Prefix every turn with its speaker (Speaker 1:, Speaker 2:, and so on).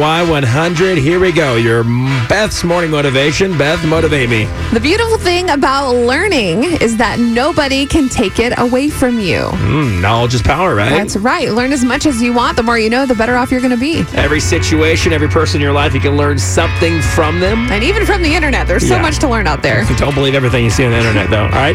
Speaker 1: Y100, here we go. Your Beth's morning motivation. Beth, motivate me.
Speaker 2: The beautiful thing about learning is that nobody can take it away from you.
Speaker 1: Mm, knowledge is power, right?
Speaker 2: That's right. Learn as much as you want. The more you know, the better off you're going to be.
Speaker 1: every situation, every person in your life, you can learn something from them.
Speaker 2: And even from the internet, there's so
Speaker 1: Yeah.
Speaker 2: much to learn out there.
Speaker 1: Don't believe everything you see on the internet, though. All right.